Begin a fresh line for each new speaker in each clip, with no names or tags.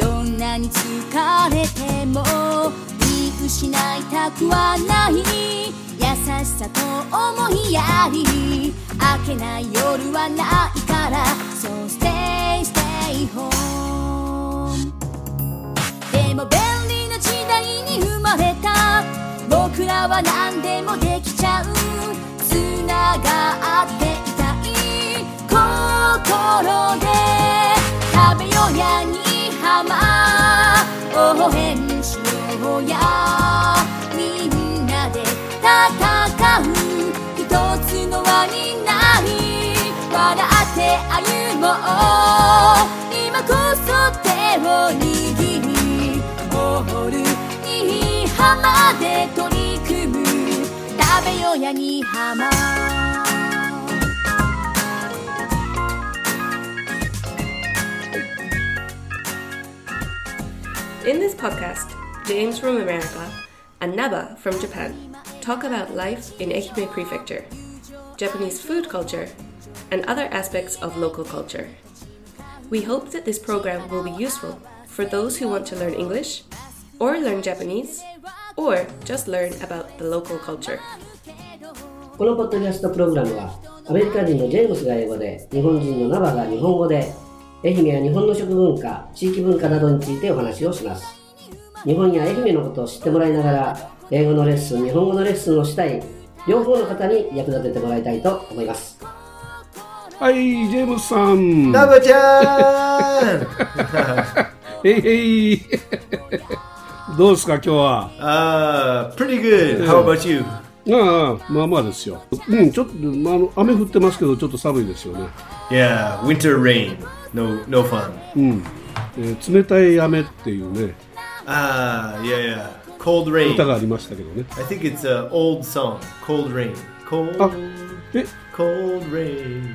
に疲れても見失いたくはない優しさと思いやり明けない夜はないから So stay stay home でも便利な時代に生まれた僕らは何でもできちゃうつながっていたい心で食べようやにはま応援しようやみんなで戦う一つの輪になり笑って歩もう今こそ手を握りボール新居浜で取り組む食べよや新居浜
In this podcast, James from America and Naba from Japan talk about life in Ehime Prefecture, Japanese food culture, and other aspects of local culture. We hope that this program will be useful for those who want to learn English, or learn Japanese, or just learn about the local culture.
このポッドキャストプログラムはアメリカ人のジェームスが英語で日本人のナバが日本語で愛媛や日本の食文化地域文化などについてお話をします日本や愛媛のことを知ってもらいながら英語のレッスン日本語のレッスンをしたい両方の方に役立ててもらいたいと思います
はい、ジェームスさん。
ナバち ゃん
へいへ い。どうですか、今日は。
あー、pretty Uh, good. How about you?
ああ、まあまあですよ。うん、ちょっと、まああの、雨降ってますけど、ちょっと寒いですよね。
Yeah, winter rain. No, no fun.
うん。えー冷たい雨っていうね、
Ah, yeah, yeah. Cold rain.
歌がありましたけどね。
I think it's an old song. Cold rain. Cold,
あえ
cold rain. Something.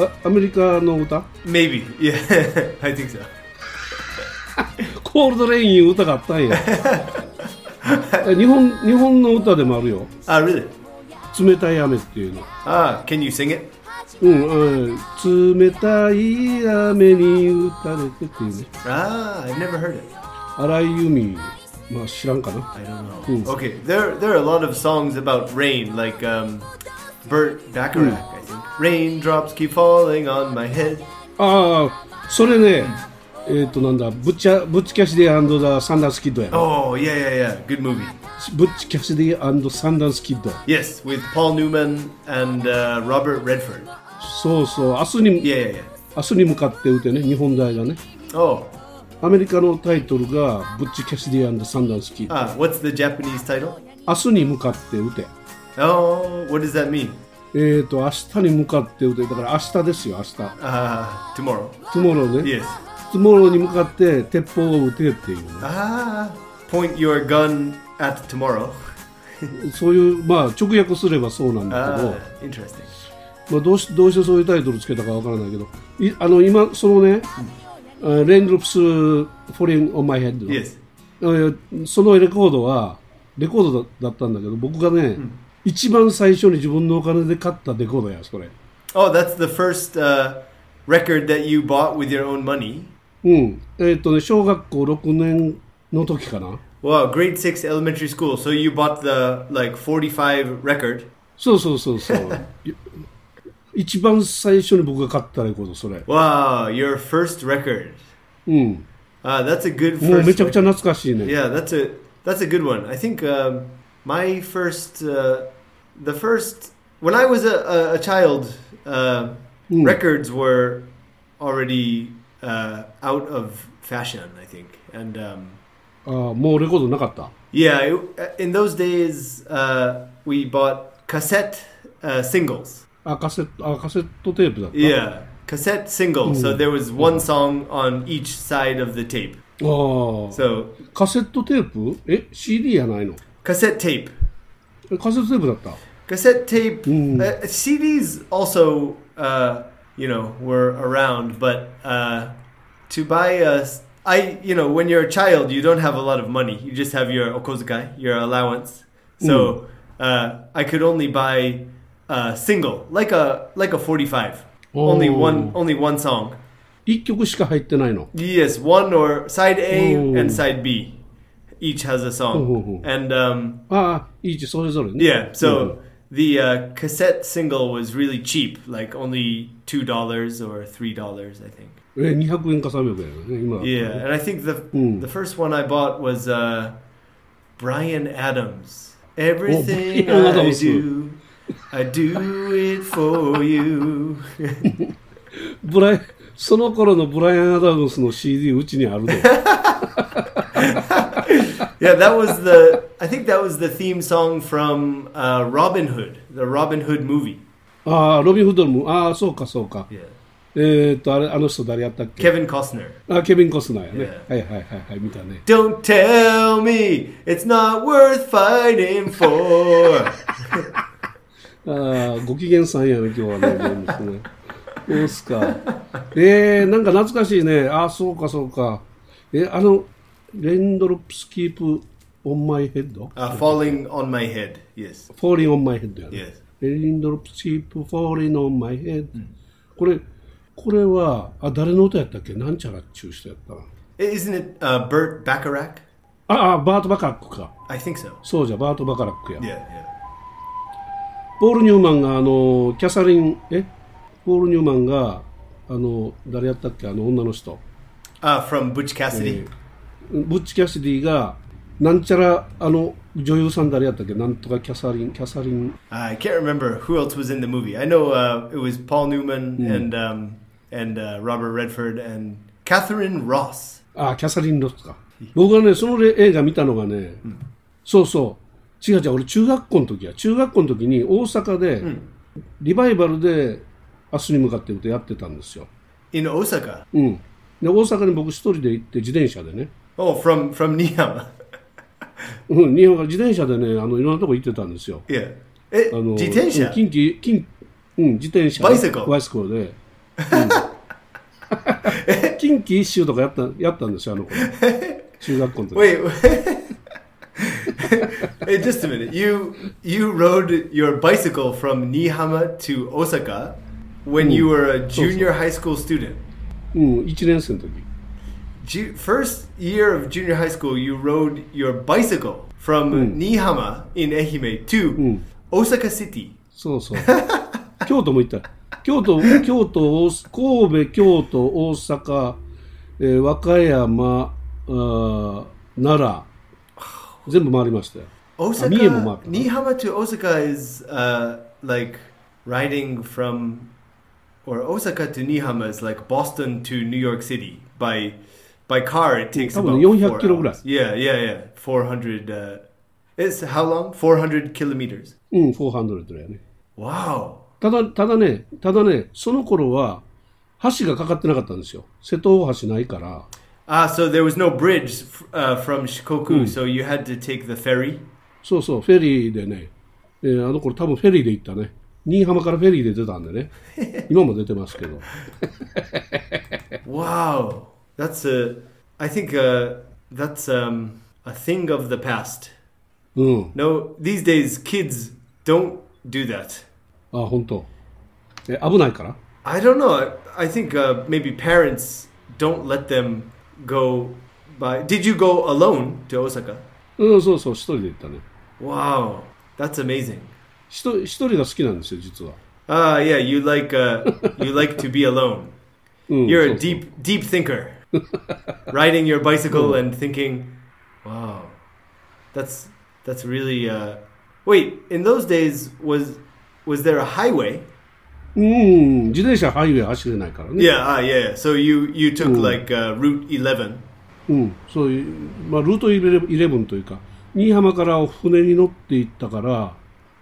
Oh,
あ、アメリカの歌
maybe. Yeah, I think so.
コールドレインいう歌があったんや。え日本、日本の歌でもあるよ。
Ah, really?
冷たい雨っていうの。
Ah, can you sing it?
うん、うん、冷たい雨に打たれてっていうね。
Ah, I've never heard it.
荒井由実、まあ知らんかな。
I don't know. Okay, there there are a lot of songs about rain, like um, Burt Bacharach. I think raindrops keep falling on my head.
ああ、それね、えっ、となんだ、ブッチャ、ブッチキャシディザ・サンダンスキッドや。
Oh yeah, yeah, yeah. Good movie.
ブッチキャシディサンダンスキッド。
Yes, with Paul Newman and uh, Robert Redford.
そうそう、明日に、
Yeah, yeah, yeah.
明日に向かって打てね、日本代がね。
Oh,
アメリカのタイトルが、ブッチキャシディサンダンスキッド。
ah, what's the Japanese title?
明日に向かって打て。
Oh, what does that mean?
えっ、と、明日に向かって打て。だから明日ですよ、明日。
Ah, tomorrow.
トゥモローね。
Yes.
トゥモローに向かって鉄砲を撃てっていうね、
Ah, point your gun at tomorrow.
そういう、まあ直訳すればそうなんだけど
Ah,。interesting.
まあ、どうしどうしてそういうタイトルつけたかわからないけどいあの今そのね「あレインドロップス・フォリン・オン・マイ・ヘッド」
Yes.
そのレコードはレコードだだったんだけど僕がね、一番最初に自分のお金で買ったレコードやそれ
Oh, that's the first uh, record that you bought with your own money.
うんえっとね小学校6年の時かな
Wow, grade six elementary school. So you bought the like forty-five record.
そうそうそうそう い一番最初に僕が買ったレコードそれ
Wow, your first record.
うん
Ah, that's a good
もう
first.
めちゃくちゃ
record.
懐かしいね
Yeah, that's a that's a good one. I think um, my first, uh, the first when I was a, a, a child, uh, records were already uh, out of fashion. I think, and um,
あーもうレコードなかった
yeah, it, uh, in those days uh, we bought cassette uh, singles.
あカセットあカセットテープだった
Yeah, cassette single. So there was one song on each side of the tape.
ああ
So
カセットテープえ CD やないの
cassette tape,
えカセットテープだった
cassette tape, uh, CDs also, uh, you know, were around. But uh, to buy a, s- I, you know, when you're a child, you don't have a lot of money. You just have your okozukai, your allowance. So uh, I could only buy a single, like a like a 45, only
Oh.
one only one song.
1曲しか入ってないの。
Yes, one or side A
Ooh.
and side B. Each has a song.
Ooh.
And um,
ああ、いちそれぞれね。
yeah,
うん
so the uh, cassette single was really cheap, like only $2 or $3, I think.
えー200円か300円だね、今。
Yeah, and I think the the first one I bought was uh, Brian Adams. Everything
Bryan
I
Adams.
do, I do it for you.
ブライその頃のブライアン・アダムスの CD うちにあ るの。
yeah, that was the. I think that was the theme song from uh, Robin Hood, the Robin Hood movie.
ああ、ロビン・フッドルも、ああ、そうかそうか。
Yeah,
えーっと、あれ、あの人誰やったっけ
Kevin Costner.
あケビン・コスナーやね。
Yeah.
はいはいはいはい、見たね。
Don't tell me it's not worth fighting for.
ああ、ご機嫌さんやね、今日はね、ゲームですね。そうっすか。えー、なんか懐かしいね。ああ、そうかそうか。えあの、レンドロップスキープ・オン・マイ・ヘッド
uh, falling on my head. Yes.
フォーリン・オン・マイ・ヘッドやね。
Yes.
レリンドロップチープフォーリンオンマイヘッド。これ、これは、あ、誰の歌やったっけなんちゃらっちゅう人やったな。
I- Isn't it uh, Burt Bacharach?
ああ、バート・バカラックか。
I think so.
そうじゃ、バート・バカラックや。
Yeah. Yeah.
ポール・ニューマンが、あの、キャサリン、えポール・ニューマンが、あの、誰やったっけあの、女の人。
Uh, from Butch Cassidy.
ブッチ・キャシディが、なんちゃら、あの、女優さん誰やったっけなんとかキャサリン、キャサリン。
I can't remember who else was in the movie. I know uh, it was Paul Newman and um, and uh, Robert Redford and Catherine Ross.
あ、キャサリン・ロスか。僕はね、その映画見たのがね、そうそう、違う違う、俺、中学校の時や、中学校の時に大阪で、リバイバルで、明日に向かって歌やってたんですよ。
in Osaka.
うん。で、大阪に僕一人で行って、自転車でね、
Oh, from from Nihama.
うん、日本から自転車でね、あの、いろんなとこ行ってたんですよ。
yeah. Eh,
あの、
Jitensha.
うん近畿、近畿、うん、自転車。
バイセコ
バイセコで。うん 近畿一周とかやった、やったんですよ、あの頃。中学校の時。
Wait. hey, just a minute. You you rode your bicycle from Nihama to Osaka when you were a junior high school student.
うん、1年生の時。
Ju- first year of junior high school, you rode your bicycle from Nihama in Ehime to Osaka City.
そうそう。京都も行った。京都、京都、大阪神戸、京都、大阪、えー和歌山、あー奈良、全部回りましたよ。
Osaka,
Miyamo-mato.
Nihama to Osaka is uh, like riding from, or Osaka to Nihama is like Boston to New York City by by car. It takes
Probably
about
400
four
kiloぐらい。
hours. Yeah, yeah, yeah. Four hundred. Uh, it's how long? Four hundred kilometers.
うん、400だよね。
Wow.
ただ、ただね、ただね、その頃は、橋がかかってなかったんですよ。瀬戸大橋ないから。
Ah, so there was no bridge f- uh, from Shikoku, so you had to take the ferry.
そうそう、フェリーでね、えーあの頃多分フェリーで行ったね。新居浜からフェリーで出たんでね。今も出てますけど。
Wow, that's a. I think uh, that's um, a thing of the past.
うん。
No, these days kids don't do that.
あ、本当。え、危ないから
I don't know. I, I think uh, maybe parents don't let them go. By did you go alone to Osaka?
うん、そうそう、一人で行ったね。
Wow, that's amazing.
ひと一人が好きなんですよ、実は。
Ah, yeah, you like uh, you like to be alone.
うん、
You're
そう
a deep deep thinker. Riding your bicycle and thinking, wow, that's that's really. Uh... Wait, in those days was was there a highway?
そううん、自転車ハイウェイ走れないからね。
Yeah, ah, yeah. yeah. So you you took like uh, Route Eleven.
うん、そういう、まあ、ルートイレイレブンというか、新居浜から船に乗って行ったから、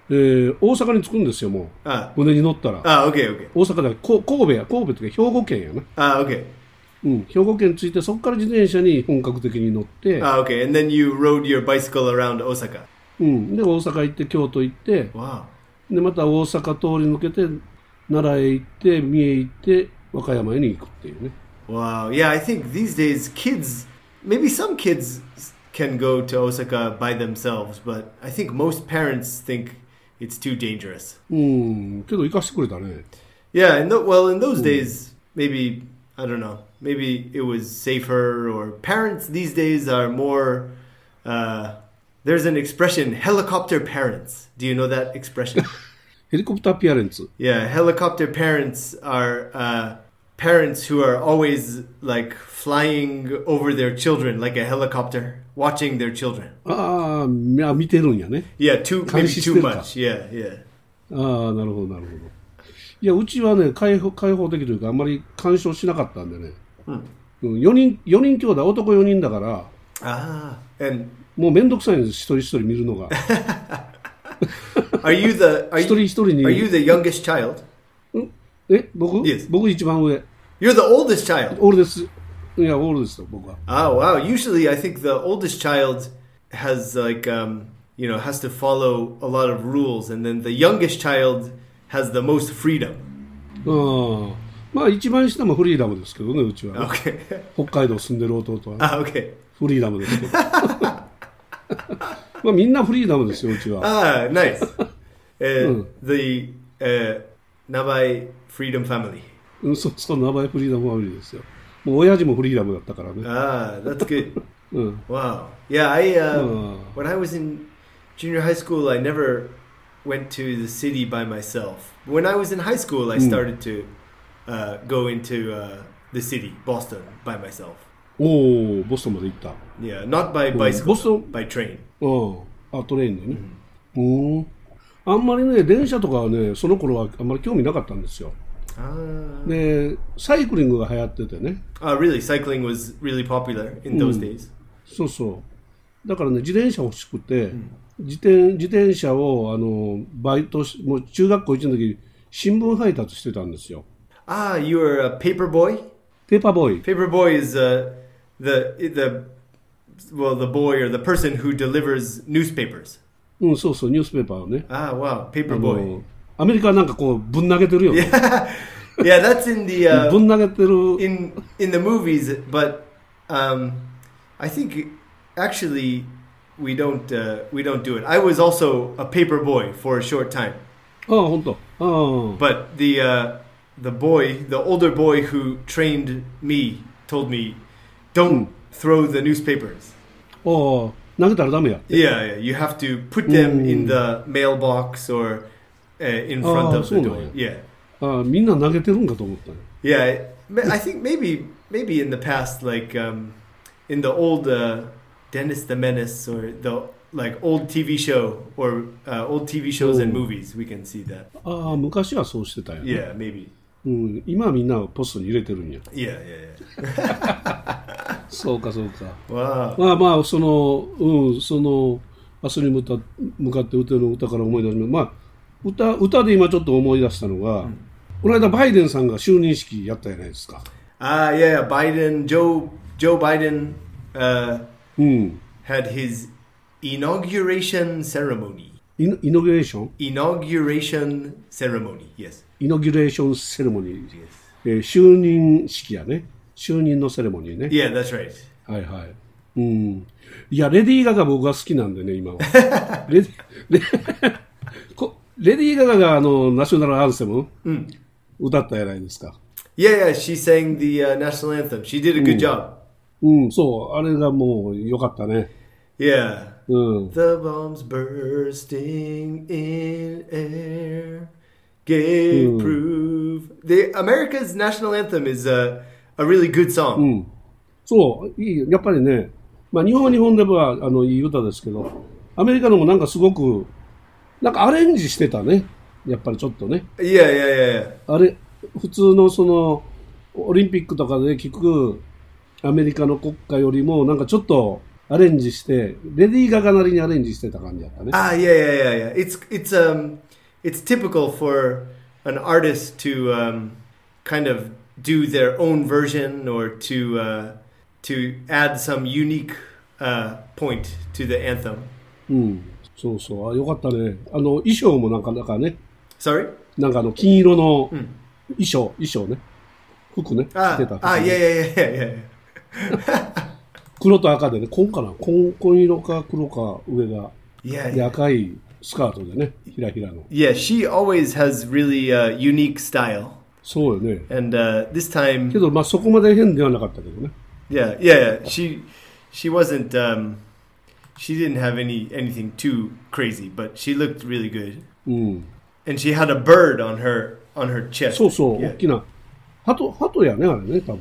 えー大阪に着くんですよ、もう。
Ah,
船に乗ったら。
ah, okay, okay.
大阪だこ神戸や、神戸というか兵庫県やな。
Ah, okay,
うん、兵庫県着いて、そこから自転車に本格的に乗って、
ah, okay. And then you rode your bicycle around Osaka.
うん、で、大阪行って、京都行って、
Wow.
で、また大阪通り抜けて、奈良へ行って、三重行って、和歌山へに行くっていうね。
Wow. Yeah, I think these days kids, maybe some kids can go to Osaka by themselves, but I think most parents think it's too dangerous.
うん、けど行かしてくれたね。
Yeah, and tho- well, in those days, maybe I don't know. Maybe it was safer, or parents these days are more. Uh, there's an expression, helicopter parents. Do you know that expression?
ヘリコプターピアレンツ。
yeah, helicopter parents are uh, parents who are always like flying over their children like a helicopter, watching their children.
ああ、みあ見てるんやね。
Yeah, too maybe
Conscious
too
filter.
much. Yeah, yeah.
ああ、なるほど、なるほど。いや、うちはね、開放開放的というか、あんまり干渉しなかったんでね。うん、4人、四人兄弟、男4人だから、
Ah, and
もうめんどくさいんです、一人一人見るの が。
are you the are
一人
you,
一人に。
are you the youngest child?
んえ、僕
Yes.
僕一番上。
You're the oldest child.
オールです。いや、オールですよ、僕は。
Oh wow! Usually, I think the oldest child has like um, you know has to follow a lot of rules, and then the youngest child has the most freedom.
うん。まあ、一番下もフリーダムですけどね、うちは。
Okay,
北海道住んでる弟は。
ah, okay.
フリーダムですけど。 まあ、みんなフリーダムですよ、うちは。
Ah, nice. Uh, the uh, Nabai Freedom Family.
うん、そう、 そう、名前フリーダムファミリーですよ。もう、親父もフリーダムだったからね。
Ah, that's good.
うん。
Wow. Yeah, I um,
Oh.
when I was in junior high school, I never went to the city by myself. When I was in high school, I started to uh, go into uh, the city, Boston, by myself.
おお、ボストンまで行った。
Yeah, not by bicycle,
Boston-
though, by train.
うん。あ、トレインでね。うん。あんまりね、電車とかはね、その頃はあんまり興味なかったんですよ。
Ah,
で、サイクリングが流行っててね。
Ah, really? Cycling was really popular in those days.
そうそう。だからね、自転車欲しくて、自転自転車をあのバイトし、もう中学校1年の時新聞配達してたんですよ。
Ah, you were a paper boy.
ペーパーボーイ。
Paper boy is uh, the the well, the boy or the person who delivers newspapers.
うん、そうそう、ニュースペーパーをね。
Ah, wow, paper
あ
boy.
のアメリカはなんかこう、ぶん投げてるよね。
yeah, that's in the uh,
ぶん投げてる。
in in the movies, but um, I think actually we don't uh, we don't do it. I was also a paper boy for a short time,
ああ、ほんと。あ
but the uh, the boy, the older boy who trained me, told me, "Don't throw the newspapers.
あ。お投げたらダメや。
Yeah, yeah, you have to put them in the mailbox or uh, in front
Oh,
of the
so
door."
nice.
Yeah.
ああ、みんな投げてるんかと思ったよ。
Yeah, I- ma- I think maybe maybe in the past, like um, in the old uh, Dennis the Menace or the like old TV show or uh, old TV shows and
Ooh.
movies, we can see that.
ああ、昔はそうしてたよ、ね
Yeah, maybe.
うん。今はみんなポストに入れてるんや。
Yeah, yeah, yeah.
そうか、そうか。
Wow.
まあまあ、その、うん、その、明日に向か向かって歌の歌から思い出します。まあ、歌、歌で今ちょっと思い出したのが、この間バイデンさんが就任式やったじゃないですか。
Ah, yeah, Biden, Joe Joe Biden uh,
うん。
had his inauguration ceremony.
イノイノギュレーション
Inauguration ceremony. Yes.
イノギュレーションセレモニー。
Yes.
えー就任式やね。就任のセレモニーね。
Yeah, that's right.
はいはい。うん。いや、レディー・ガガ僕が好きなんでね、 今は。レディレ こレディー・ガガがあの、ナショナルアンセム、歌ったじゃないですか。
Yeah, yeah. She sang the uh, national anthem. She did a good job.
うん、そう、あれがもう良かったね。
Yeah.
うん。
The bombs bursting in air gave proof. The America's national anthem is a a really good song.
そう、いい、やっぱりね、まあ日本は日本ではあのいい歌ですけど、アメリカのもなんかすごく、なんかアレンジしてたね。やっぱりちょっとね。
Yeah, yeah, yeah, yeah.
あれ、普通のその、オリンピックとかで聞くアメリカの国歌よりも、なんかちょっとアレンジして、レディー・ガガなりにアレンジしてた感じだったね。
Ah, yeah, yeah, yeah, yeah. It's it's um it's typical for an artist to um kind of do their own version or to uh, to add some unique uh, point to the anthem.
うん。そうそう、あよかったね。あの、衣装もなんか、なんかね、
Sorry.
なんかあの、金色の衣装、衣装ね。服ね。着
Ah,
てた服ね
ah, yeah, yeah, yeah, yeah, yeah.
黒と赤でね、紺かな紺、紺色か黒か上が。
Yeah,
で、赤いスカートでね、ひらひらの。
Yeah, she always has really uh, unique style.
そうよね。
And uh, this time,
けど、まあ、そこまで変ではなかったけどね。
yeah, yeah, yeah, she she wasn't um, she didn't have any anything too crazy, but she looked really good,
うん。
and she had a bird on her on her chest.
そうそう、
yeah.
大きな。鳩、鳩やね、あれね、多分。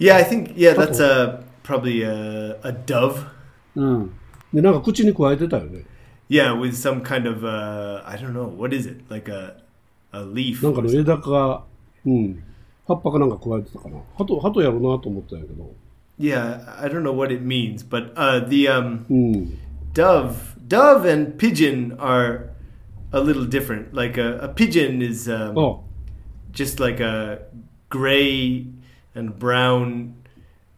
Yeah, I think yeah, that's a probably a, a dove.
うん。で、なんか口に加えてたよね。
Yeah, with some kind of uh, I don't know what is it like a a leaf.
なんか
or
の枝か、うん。葉っぱかなんか加えてたかな。鳩、鳩やろうなと思ったんやけど。
Yeah, I don't know what it means, but uh, the um,
うん。
dove, dove and pigeon are a little different. Like a, a pigeon is um,
あ、
just like a gray and brown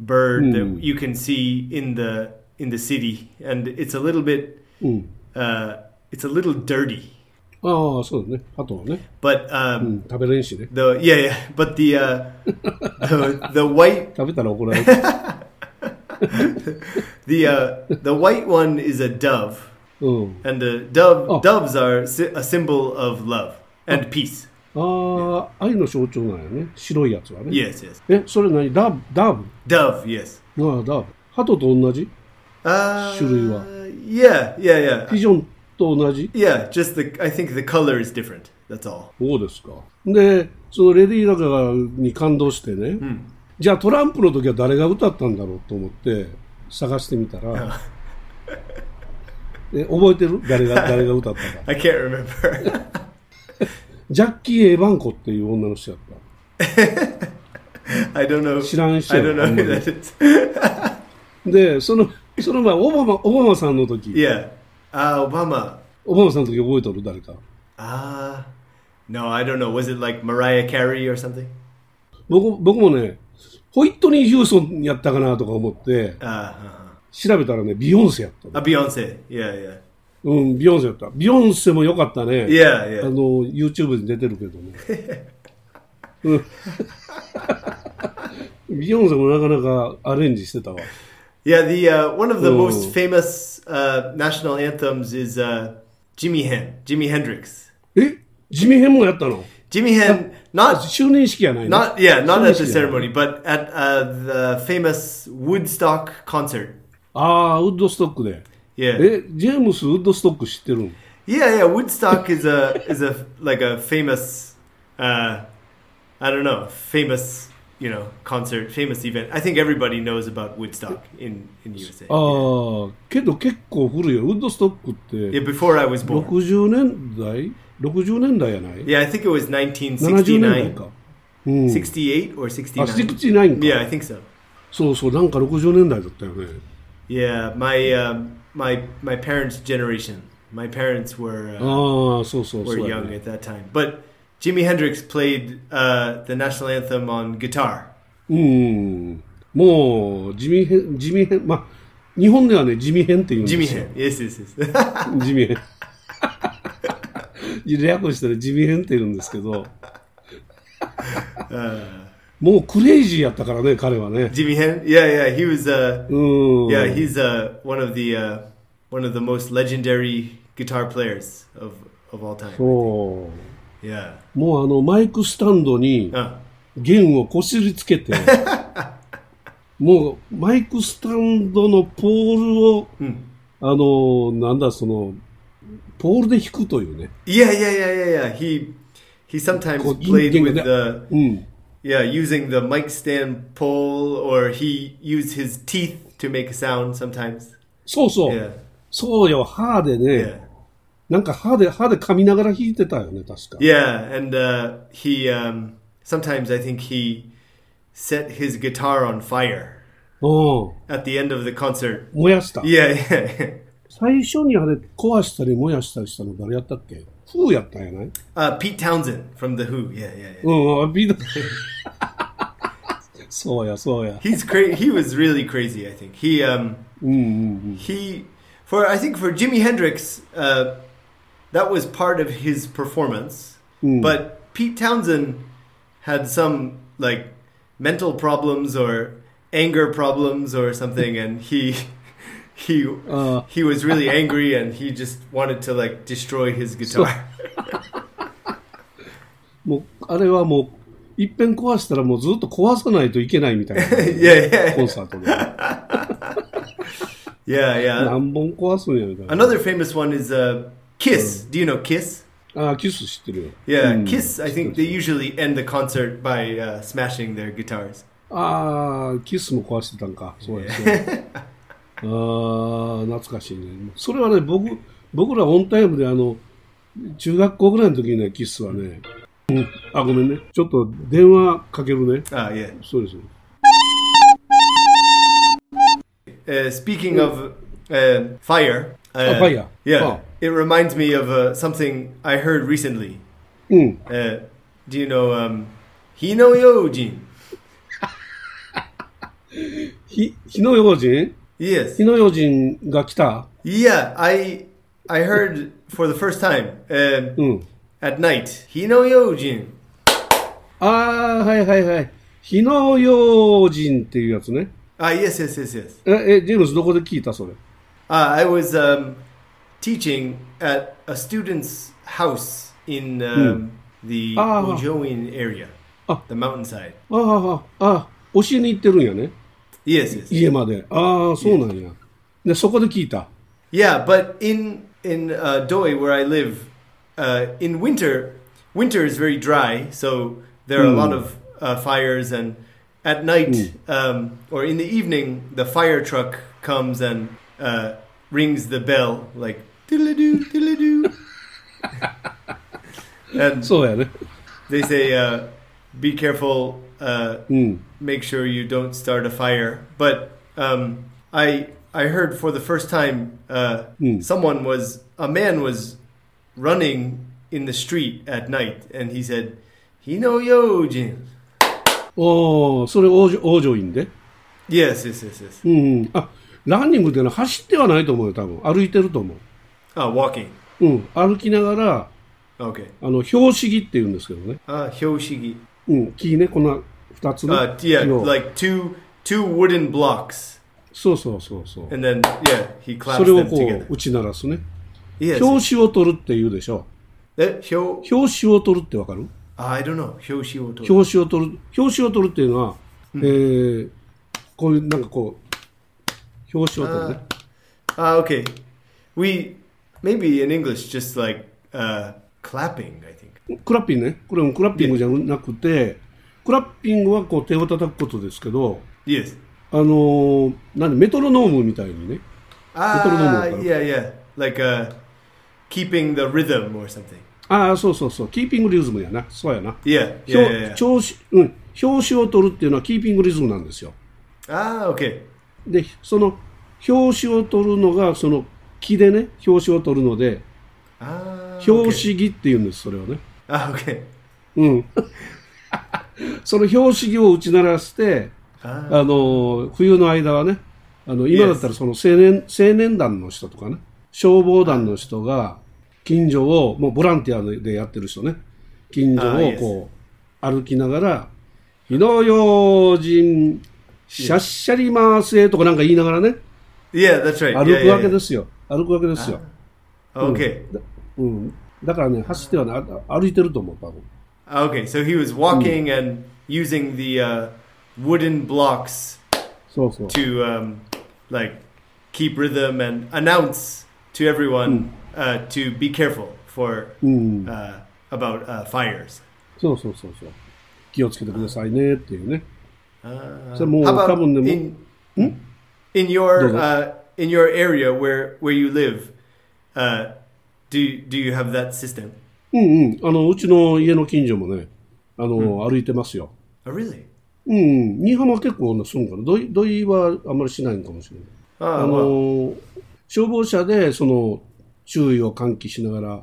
bird
Hmm.
that you can see in the in the city, and it's a little bit,
うん。
uh, it's a little dirty.
ああ、そうだね。鳩はね。
But um,
うん。食べれんしね。
the yeah, yeah, but the uh, the, the white
食べたら怒られ る。
the uh, the white one is a dove.
うん。
And the dove,
Oh.
doves are sy- a symbol of love and peace.
ああ、愛の象徴なんやね。白いやつはね。
Yes, yes.
え、それ何ダブ、ダブ
Dove, yes.
ああ、ダブ。鳩と同じ
Uh,
種類は。
yeah, yeah, yeah.
ピジョンと同じ
Yeah, just the I think the color is different. That's all.
そうですか。で、そのレディー・ガガに感動してね、じゃあトランプの時は誰が歌ったんだろうと思って探してみた ら、え覚えてる誰が誰が歌ったか。
I can't remember.
ジャッキー・エヴァンコっていう女の人やった。
I don't know.
知らん人や。
I don't
ほ
know who
んまに。
that is.
で、その、その前、オバマ、オバマさんの時、
Yeah. Uh, Obama.
オバマさんの時覚えとる誰か。
Ah. no, I don't know. Was it like Mariah Carey or something?
僕僕もね、ホイットニー・ヒューソンやったかなとか思って、
Uh, uh,
調べたらね、ビヨンセやったの
uh. Uh, Beyonce. Yeah, yeah.
うん、ビヨンセやった。ビヨンセも良かったね。
Yeah,
あ
yeah.
の、YouTube に出てるけどね。うん。ビヨンセもなかなかアレンジしてたわ。
Yeah, the uh, one of the
Oh.
most famous uh, national anthems is uh, Jimmy Hen, Jimi Hendrix.
え地味編もやったの
Jimmy Hen, not
就任式やないの
not yeah, not
就任
at
式
the
やない
ceremony, but at uh, the famous Woodstock concert.
ああ、ウッドストックで。
Yeah,
え、ジェームス・ウッドストック知ってるん
yeah, yeah. Woodstock is a is a like a famous, uh, I don't know, famous you know concert, famous event. I think everybody knows about Woodstock in in USA.
Oh. ああ、けど結構古いよ。ウッドストックっ
yeah,
て、
before I was born.
60年代 ?60 年代やない
Yeah, I think it was
70年代か
1969,。
うん。
68 or
あ、69
69.
か。
Yeah, I think so.
そうそう、なんか60年代だったよね。
Yeah, my um, my my parents' generation. My parents were uh,
ああ、そうそう、
were
そうや
young
ね
at that time. But Jimi Hendrix played uh, the national anthem on guitar.
うん。もう、地味編、地味編、まあ、日本ではね、地味編って言うんですよ。
Jimi Hen. Yes, yes, yes.
地味編。 略したら地味編って言うんですけど。もうクレイジーやったからね、彼はね。
Jimi Hen. Yeah, yeah. He was. Uh,
うん。
yeah, he's uh, one of the uh, one of the most legendary guitar players of of all time.
そう
Yeah.
もうあの、マイクスタンドに
Uh,
弦をこすりつけ て、もう、マイクスタンドのポールを、
mm.
あの、なんだ、その、ポールで弾くというね。
Yeah, yeah, yeah, yeah, yeah. He he sometimes
Called
played
Ying
with
Yang. う
the
ん。
Yeah, using the mic stand pole, or he used his teeth to make a sound sometimes.
そうそう。
Yeah,
そうよ、歯でね、
yeah,
なんか歯で、歯で噛みながら弾いてたよね、確か。
yeah. And uh, he um, sometimes I think he set his guitar on fire
うん。
at the end of the concert.
燃やした。
Yeah, yeah.
最初にあれ、壊したり燃やしたりしたの誰やったっけフーやったんやない
Uh, Pete Townsend from the Who. Yeah, yeah, yeah.
うん、うん、ビ ート。そうや、そうや。
He's cra- He was really crazy. I think he um,
うん、うん、
he for I think for Jimi Hendrix, uh, that was part of his performance. But Pete Townsend had some like mental problems or anger problems or something, and he he
Uh.
he was really angry and he just wanted to like destroy his guitar.
うん。もう、あれはもう、一遍壊したらもうずっと壊さないといけないみたい な。
Yeah, yeah,
コン
yeah,
サートで。
yeah, yeah.
何本壊すんやみたいな。
Another famous one is uh, Kiss. Do you know Kiss?
あー、キス知ってるよ。
Yeah,
うん
Kiss. I think they usually end the concert by uh, smashing their guitars.
ああ、キスも壊してたんか。そうや、そうや。ああ、懐かしいね。それはね、僕、僕らオンタイムで、あの、中学校ぐらいの時にね、キスはね、うん、あ、ごめんね。ちょっと電話かけるね。
Ah, yeah.
そうですよ。
Uh, speaking of uh, fire, uh,
Oh, fire.
Yeah,
Oh.
it reminds me of uh, something I heard recently.
うん。
Uh, do you know um, Hino Yojin?
ひ、火の用心
Yes.
火の用心が来た
Yeah, I I heard for the first time uh,
うん。
at night. Hino Yojin.
ああ、はいはいはい。火の用心っていうやつね。
Ah, yes, yes, yes, yes.
え、え、ジェームスどこで聞いたそれ。
Ah, I was um, teaching at a student's house in um, the
Ah.
Ojoin area,
Ah.
the mountainside.
あーあー、ああ、教えに行ってるんやね。
Yes, yes.
家まで。ああ、そうなんや。で、そこで聞いた。
Yeah, but in in uh, Doi where I live, uh, in winter, winter is very dry, so there are a lot of uh, fires, and at night um, or in the evening, the fire truck comes and uh, rings the bell like diddle-doo, diddle-doo. and
そうやね。
they say, uh, "Be careful." Uh,
うん。
make sure you don't start a fire. But um, I I heard for the first time uh, someone was a man was running in the street at night, and he said, "Hino yojin."
おー、それ王女、王女院で。
Yes, yes, yes, yes.
うん。あ、ランニングってのは走ってはないと思うよ、多分。歩いてると思う。
Ah, walking.
うん。歩きながら、
Okay.
あの、標識って言うんですけどね。
Ah, hyoshigi.
うん。木ね、こんな二つの
Uh, yeah,
木を
like two two wooden blocks,
そうそうそうそう。
and then yeah, he
そ
claps
れを
them
こう
together.、
打ち鳴らすね。
Yes.
表紙を取るって言うでしょ。
Eh, hyo-
表紙を取るってわかる
I don't know. Hyoshi wo to-
表紙を取る、表紙を取るっていうのは、えー、こういう、なんかこう、表紙を取るね。
Ah, okay. We maybe in English just like uh, clapping. I think.
クラッピングね。これもクラッピングじゃなくて、クラッピングはこう手を叩くことですけど、
Yes.
あのーなんでメトロノームみたいにね。
Ah,
Metronome.
yeah, yeah. Like uh, keeping the rhythm or something.
ああ、そうそうそう。キーピングリズムやな。そうやな。
Yeah,
表
yeah, yeah. yeah.
表紙、うん。表紙を取るっていうのはキーピングリズムなんですよ。
Ah, okay.
で、その表紙を取るのが、その木でね、表紙を取るので、
Ah,
表
okay.
紙木っていうんです、それをね。
Ah, okay.
うん。 その標識を打ち鳴らして、
Ah.
あの、冬の間はね、あの、今だったらその青年、青年団の人とかね、消防団の人が、近所を、もうボランティアでやってる人ね、近所
あー
をこう、歩きながら、火の用心、シャッシャリマーせとかなんか言いながらね、
Yeah, that's right.
歩
Yeah,
く
yeah,
わけ
yeah.
ですよ。歩くわけですよ。
Okay.
うん。だからね、走ってはね、あ歩いてると思う、多分。
Ah, Okay. So he was walking and using the uh, wooden blocks
そうそう。
to um, like keep rhythm and announce to everyone uh, to be careful for uh, about uh, fires.
そうそうそうそう。気をつけてくださいねっていうね。
Uh,
それもう
how
多
about
分ね、もう
in in your
Go.
uh, in your area where where you live? Uh, do do you have that system?
うんうん。あの、うちの家の近所もね、あの、歩いてますよ。
Oh, really?
うんうん。新居浜は結構ね、住むから、土井土井はあんまりしないのかもしれない。あ
Oh,
の
wow.
消防車で、その、注意を喚起しながら、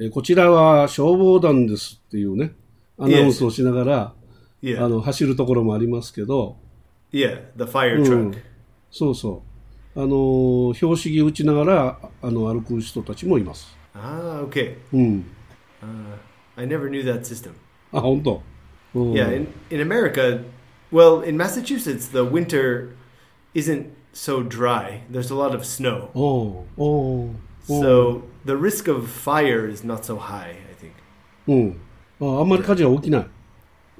えこちらは消防団ですっていうね、アナウンスをしながら、
yeah,
あの、走るところもありますけど、
yeah. The fire
うん
truck.
そうそう。あの、標識打ちながら、あの、歩く人たちもいます。
Ah, okay. Uh,
うん。
I never knew that system.
あ、本当。うん、
Yeah, in, in America, well, in Massachusetts, the winter isn't so dry. There's a lot of snow.
おうおうおう
So the risk of fire is not so high, I think.
うん。ああんまり火事は起きない。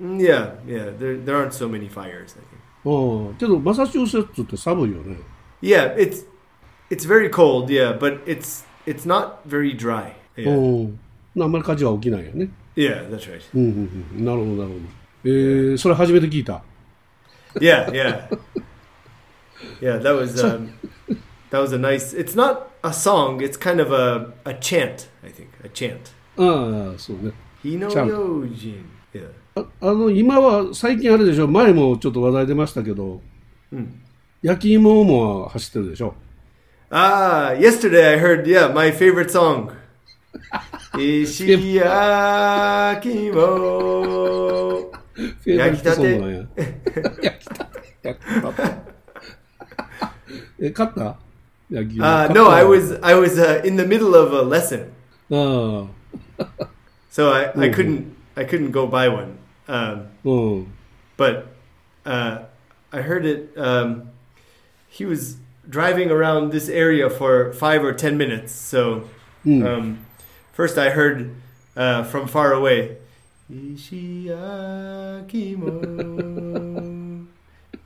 Mm, Yeah, yeah. There, there aren't so many fires. I think.
うんけど、マサチューセッツって寒いよね。
Yeah, it's it's very cold. Yeah, but it's it's not very dry. Yeah,
うん。あんまり火事は起きないよね。
yeah, that's right.
うんうんうん。なるほど、なるほど。えー、それ初めて聞いた。
Yeah, yeah, yeah. That was um, that was a nice. It's not a song. It's kind of a a chant. I think a chant.
ああ、そうね。
Hino
Chant.
Yojin. Yeah.
ああの、今は、最近あれでしょ、前もちょっと話題出ましたけど、
うん
焼き芋も走ってるでしょ。
Ah, yesterday I heard, yeah, my favorite song. Ishiyakimo.
フェイバリットソングなん や。焼きたて。え、勝った焼き芋。
Uh,
勝った
no, I was I was uh, in the middle of a lesson,
ああ、
so I, I couldn't I couldn't go buy one. Um,
うん。
but uh, I heard it. Um, he was driving around this area for five or ten minutes. So um, first, I heard uh, from far away. "Ishiakimo,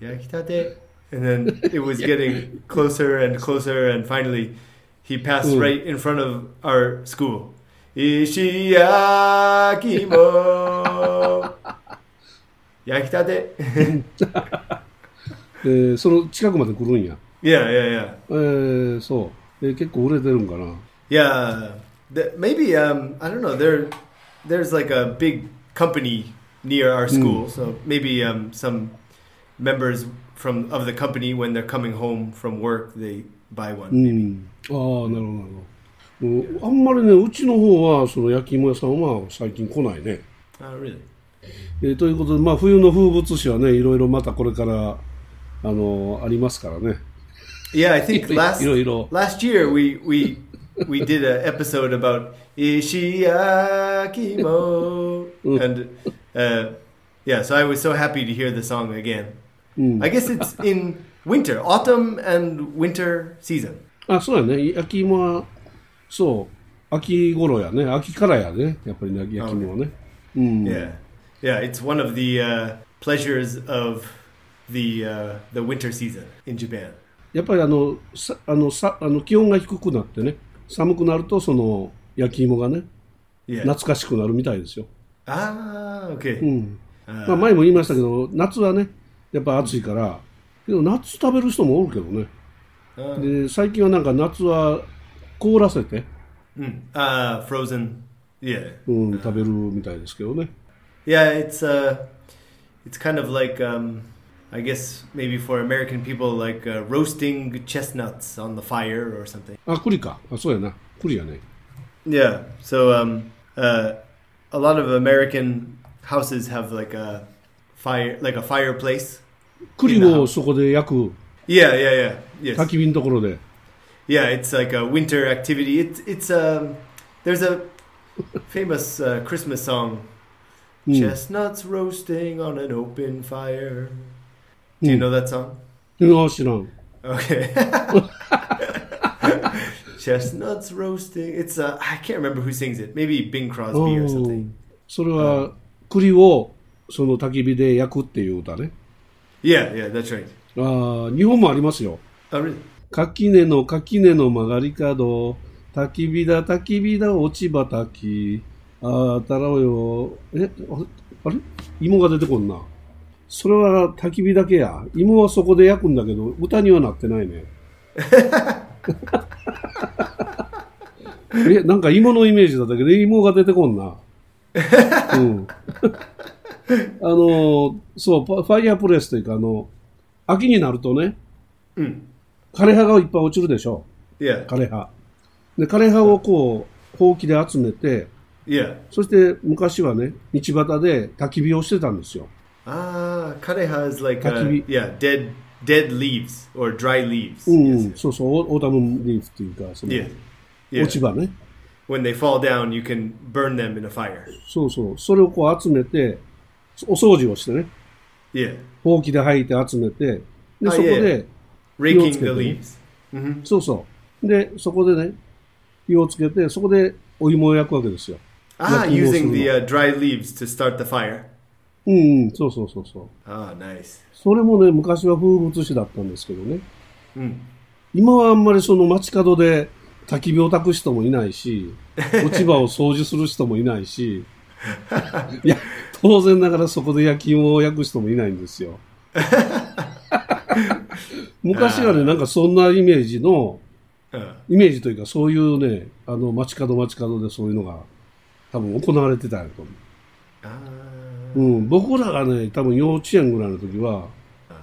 yakitate." And then it was getting closer and closer, and finally, he passed
Mm.
right in front of our school. Ishiakimo. 焼きたて
えーその近くまで来るんや。
Yeah, yeah, yeah.
えー、そう。えー結構売れてるんかな。
Yeah. Th- maybe um I don't know, there there's like a big company near our school, so maybe um some members from of the company when they're coming home from work they buy
う
one.
ん。ああ、なるほど、なるほどうん。あんまりね、うちの方は、その焼き芋屋さんは最近来ないね。
Oh really?
えーということで、まあ、冬の風物詩はね、いろいろまたこれから、あのありますからね。
Yeah, I think last
いろいろ。
last year we we we did an episode about Ishiakimo and uh, yeah, so I was so happy to hear the song again.
うん。
I guess it's in winter, autumn and winter season.
あ、そうやね。焼き芋は、そう、秋頃やね。秋からやね。やっぱりね焼き芋はね。うん。
Yeah, yeah, it's one of the uh, pleasures of the uh, the winter season in Japan.
やっぱりあの、さあの、さあの気温が低くなってね、寒くなると、その、焼き芋がね、
Yeah.
懐かしくなるみたいですよ。
Ah,
う
okay.
ん。まあ、
Uh,
前も言いましたけど、夏はね、やっぱ暑いから、けど夏食べる人もおるけどね。
uh,
で、最近はなんか夏は凍らせて、
mm, uh, frozen. Yeah,
うん、食べるみたいですけどね。
yeah. It's uh, it's kind of like um, I guess maybe for American people like uh, roasting chestnuts on the fire or something.
あ、栗か。あ、そうやな。栗やね。
Yeah. So um, uh, a lot of American houses have like a fire, like a fireplace.
栗をそこで焼く、
Yeah, yeah, yeah. Yes.
焚き火のところで。
Yeah, it's like a winter activity. It's it's um, there's a famous uh, Christmas song, chestnuts roasting on an open fire. Do you know that song?
いや、知らん。
Okay. chestnuts roasting. It's uh, I can't remember who sings it. Maybe Bing Crosby
う
or
ん
something.
それは、栗をその焚き火で焼くっていう歌ね。
Yeah, yeah, that's right.
ああ、日本もありますよ。
Oh, really?
垣根の垣根の曲がり角、焚き火だ焚き火だ落ち葉焚き、ああ、たらおよ、え、あれあれ芋が出てこんな。それは焚き火だけや。芋はそこで焼くんだけど、歌にはなってないね。え、なんか芋のイメージだったけど、芋が出てこんな。うん。あの、そう、ファファイアープレスというか、あの、秋になるとね、枯れ葉がいっぱい落ちるでしょ
Yeah,
枯れ葉で枯れ葉をこうほうきで集めて
yeah.
そして昔はね道端で焚き火をしてたんですよ
Ah, kareha is like uh,
Takibi.
yeah, dead dead leaves or dry leaves.
うん、
Yes, yes.
そうそうオオータムリーフっていうかその
Yeah,
落
yeah.
ち葉ね
When they fall down, you can burn them in a fire.
そうそうそれをこう集めてお掃除をしてね
Yeah,
ほうきで吐いて集めてで
あ
そこ
いえいえ
で
raking
Fields
the
get them.
leaves.
そうそうでそこでね火をつけてそこでお芋を焼くわけですよ
Ah,
Looking also-
using the uh, dry leaves to start the fire.
うん、そうそうそうそう。
Ah, nice.
それもね、昔は風物詩だったんですけどね。
Mm.
今はあんまりその街角で焚き火を焚く人もいないし、落ち葉を掃除する人もいないし、いや、当然ながらそこで焼き芋を焼く人もいないんですよ。昔はね、なんかそんなイメージの、
Uh,
イメージというかそういうね、あの街角街角でそういうのが多分行われてたんやと思う。
ah,
うん、僕らがね、多分幼稚園ぐらいの時は、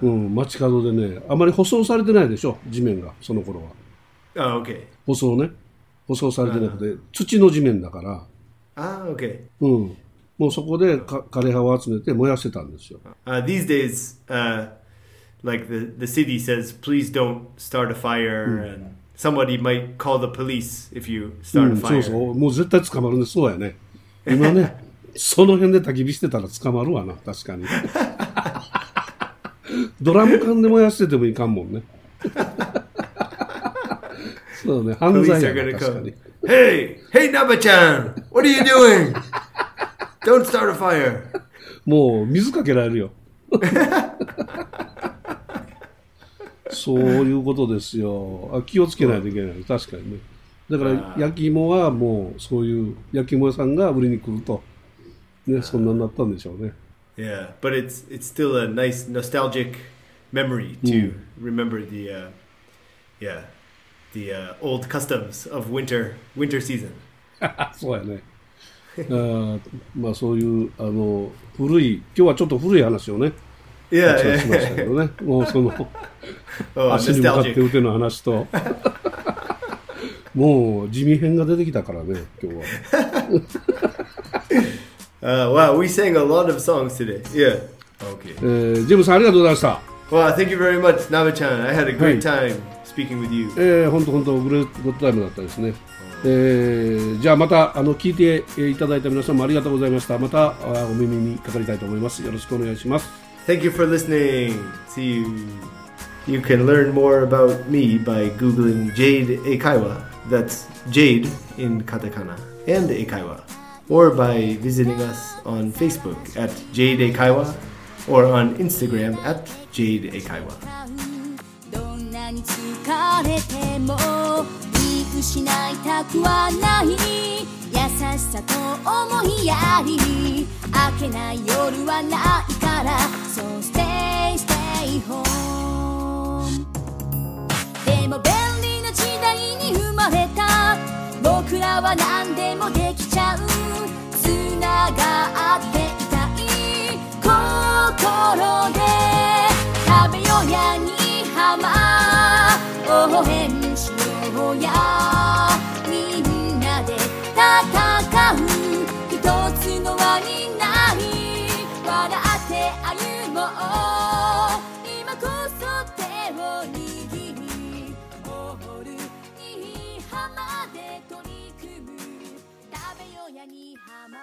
うん、街角でね、あまり舗装されてないでしょ、地面が、その頃は。
ah, okay.
舗装ね。舗装されてなくて、土の地面だから、
Ah, okay.
うん。もうそこでか枯れ葉を集めて燃やしてたんですよ。
Uh, these days, uh, like the, the city says, please don't start a fire, and somebody might call the police if you
う
start
ん、
a fire.
そうそう。もう絶対捕まるね。そうやね。今 ね、その辺で焚き火してたら捕まるわな、確かに。ドラム缶で燃やしててもいかんもん ね。そうね、犯
Police
罪
are
や
gonna
な、確かに
come.。Hey, hey, Nabachan, what are you doing? don't start a fire.
もう水かけられるよ。そういうことですよあ。気をつけないといけない。確かにね。だから焼き芋はもうそういう焼き芋屋さんが売りに来ると。ね、そんなんだったんでしょうね。
Yeah, but it's it's still a nice nostalgic memory to remember the, uh, yeah, the uh, old customs of winter winter season.
そうやね。あーまあそういう、あの、古い、今日はちょっと古い話をね、
Yeah,
しま
yeah.
したけどね。もうその、
Oh,
足に向かって
nostalgic.
打ての話と、もう地味編が出てきたからね、今日は。
Uh, wow, we sang a lot of songs today. Yeah. Okay.
えージェームさんありがとうございました。
Wow, thank you very much, Navachan. I had a great
Hi.
time speaking with you.
えー、本当本当グレートグッドタイムだったですね。えーじゃあまたあの聞いてえーいただいた皆さんもありがとうございました。またあーお耳にかかりたいと思います。よろしくお願いします。
Thank you for listening. See you. You can learn more about me by googling Jade Eikaiwa. That's Jade in katakana and Eikaiwa. Or by visiting us on Facebook at Jade Eikaiwa or on Instagram at Jade Eikaiwa.
どんなに疲れても見失いたくはない優しさと思いやり明けない夜はないから So stay, stay home でも便利な時代に生まれた僕らは何でもできちゃうつながっていたい心で食べようやにはま応援しようやみんなで戦う一つの輪になり笑って歩もう今こそ手を握りゴールに浜で取り組む食べようやに浜